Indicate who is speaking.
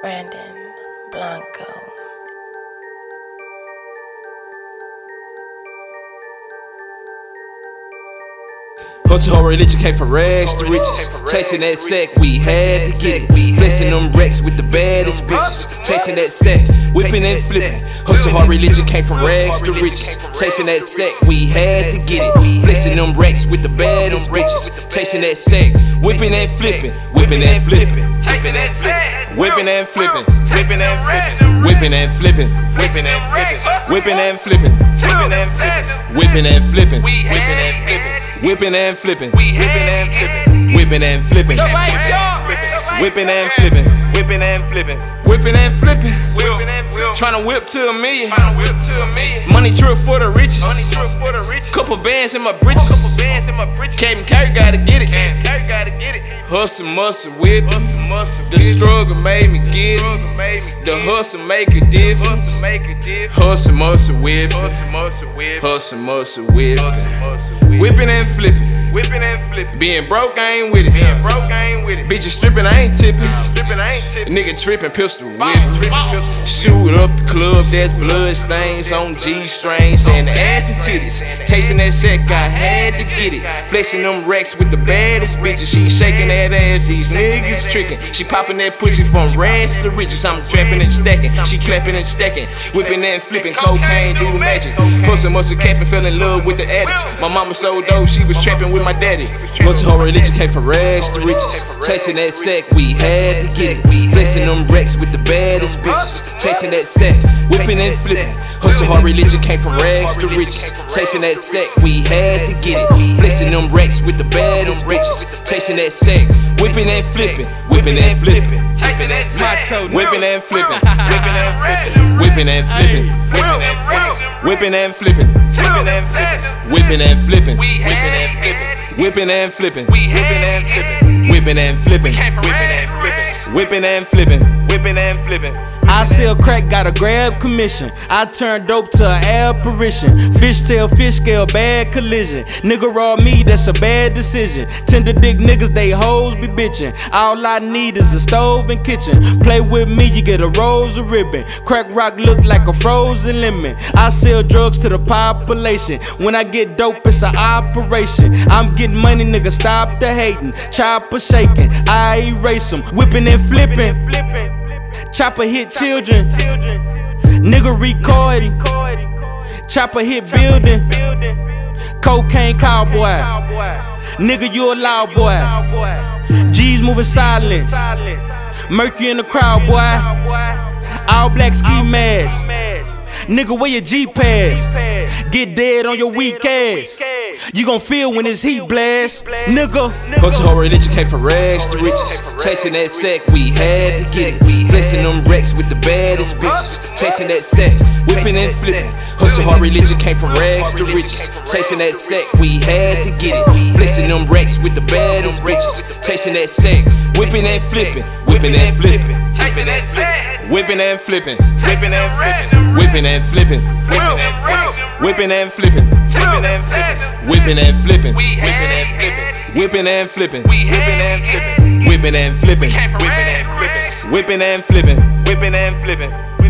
Speaker 1: Brandon Blanco.
Speaker 2: Hustle hard, religion came for rags to riches. Chasing that sack, we had to get it. Flexing them racks with the baddest bitches. Chasing that sack, whipping and flipping. Hustle hard, religion came from rags to riches. Chasing that sack, we had to get it. Flexing them racks with the baddest bitches. Chasing that sack, whipping and flipping. Whipping and flipping.
Speaker 3: Chasing that sack.
Speaker 2: Whipping and flipping.
Speaker 3: Whipping and flipping.
Speaker 2: Whipping and flipping.
Speaker 3: Whipping and flipping.
Speaker 2: Whipping and flipping.
Speaker 3: Whipping
Speaker 2: Whipping
Speaker 3: and flipping.
Speaker 2: and flipping.
Speaker 3: We had it.
Speaker 2: Whipping and flipping.
Speaker 3: We had it.
Speaker 2: Whipping and flipping. Whipping and flipping.
Speaker 3: Whipping and flipping.
Speaker 2: Whipping and flipping.
Speaker 3: Whipping and flipping.
Speaker 2: Tryna whip to a million.
Speaker 3: Trying to whip to a million.
Speaker 2: Money trip for the
Speaker 3: Money
Speaker 2: riches.
Speaker 3: trip for the rich.
Speaker 2: Couple bands in my
Speaker 3: Couple
Speaker 2: britches.
Speaker 3: bands in my britches.
Speaker 2: Captain Kirk gotta get it.
Speaker 3: Damn, now you gotta get it.
Speaker 2: Hustle, muscle, whip.
Speaker 3: Bust the muscle.
Speaker 2: The struggle made me get it.
Speaker 3: Struggle made me
Speaker 2: The
Speaker 3: get it.
Speaker 2: hustle make a
Speaker 3: Hustle
Speaker 2: difference.
Speaker 3: make a difference.
Speaker 2: Hustle, muscle, whip.
Speaker 3: Bust the muscle whip.
Speaker 2: Hustle, muscle, whip.
Speaker 3: Bust the muscle whip.
Speaker 2: Whipping and flipping.
Speaker 3: Whipping and flipping.
Speaker 2: Being broke, I ain't with it.
Speaker 3: Being broke, I ain't with it.
Speaker 2: Bitches stripping, I ain't tipping.
Speaker 3: Stripping, I ain't tipping.
Speaker 2: Nigga tripping, pistol whip.
Speaker 3: Whipping.
Speaker 2: Shoot up the club, there's blood stains on G strings and ass and titties. Chasing that sack, I had to get it. Flexing them racks with the baddest bitches. She shaking that ass, these niggas tricking. She popping that pussy from rags to riches. I'm trapping and stacking, she clapping and stacking. Whipping and flipping, cocaine do magic. Hustle, muscle, capping, fell in love with the addicts. My mama so dope, she was trapping with my daddy. Hustle, her religion came from rags to riches. Chasing that sack, we had to get it. Flexing them racks with the baddest bitches. Chasing that sack, whipping and flipping. Hustle hard, religion came from rags to riches. Chasing that sack, we had to get it. Flexing them racks with the baddest bitches. Chasing that sack, whipping and flipping, whipping and flipping,
Speaker 3: Chasing that sack.
Speaker 2: whipping and flipping,
Speaker 3: Whipping and flipping.
Speaker 2: whipping and flipping,
Speaker 3: Whipping and flipping.
Speaker 2: whipping and flipping,
Speaker 3: Whipping and flipping.
Speaker 2: whipping and flipping,
Speaker 3: We had and flipping.
Speaker 2: whipping and flipping,
Speaker 3: We had and flipping.
Speaker 2: whipping and flipping,
Speaker 3: Came from whipping and flipping.
Speaker 2: whipping and flipping.
Speaker 3: Whipping and flipping.
Speaker 4: I sell crack, got a grab commission. I turn dope to an apparition. Fishtail, fish scale, bad collision. Nigga raw me, that's a bad decision. Tender dick niggas, they hoes be bitching. All I need is a stove and kitchen. Play with me, you get a rose or ribbon. Crack rock look like a frozen lemon. I sell drugs to the population. When I get dope, it's an operation. I'm getting money, nigga, stop the hating. Chopper shaking, I erase 'em. Whipping and flipping.
Speaker 3: Flipping.
Speaker 4: Chopper hit children,
Speaker 3: Children.
Speaker 4: nigga recording.
Speaker 3: Recording.
Speaker 4: Chopper hit building,
Speaker 3: Building.
Speaker 4: cocaine cowboy.
Speaker 3: Cowboy.
Speaker 4: Nigga, you a loud boy.
Speaker 3: Cowboy.
Speaker 4: G's moving silence.
Speaker 3: Silent.
Speaker 4: Mercury in the crowd, boy.
Speaker 3: Cowboy.
Speaker 4: All black ski mask.
Speaker 3: Mad.
Speaker 4: Nigga, where your G pass?
Speaker 3: Fast.
Speaker 4: Get dead on your weak ass. You gon' feel when this heat blast, nigga.
Speaker 2: Hustle hard, religion came from rags to riches. Chasing that sack, we had to get it. Flexing them racks with the baddest bitches. Chasing that sack, whipping and flipping. Hustle hard, religion came from rags to riches. Chasing that sack, we had to get it. Flexing them racks with the baddest bitches. Chasing that sack, whipping and flipping, whipping and flipping,
Speaker 3: Chasing that sack.
Speaker 2: whipping and flipping,
Speaker 3: Whipping and flipping.
Speaker 2: whipping and flipping,
Speaker 3: Whipping and flipping.
Speaker 2: whipping and flipping,
Speaker 3: Whipping and flipping.
Speaker 2: whipping and flipping,
Speaker 3: We had and flipping.
Speaker 2: whipping and flipping,
Speaker 3: We had and flipping.
Speaker 2: whipping and flipping,
Speaker 3: Whipping and flipping.
Speaker 2: whipping and flipping.
Speaker 3: Whipping and flipping.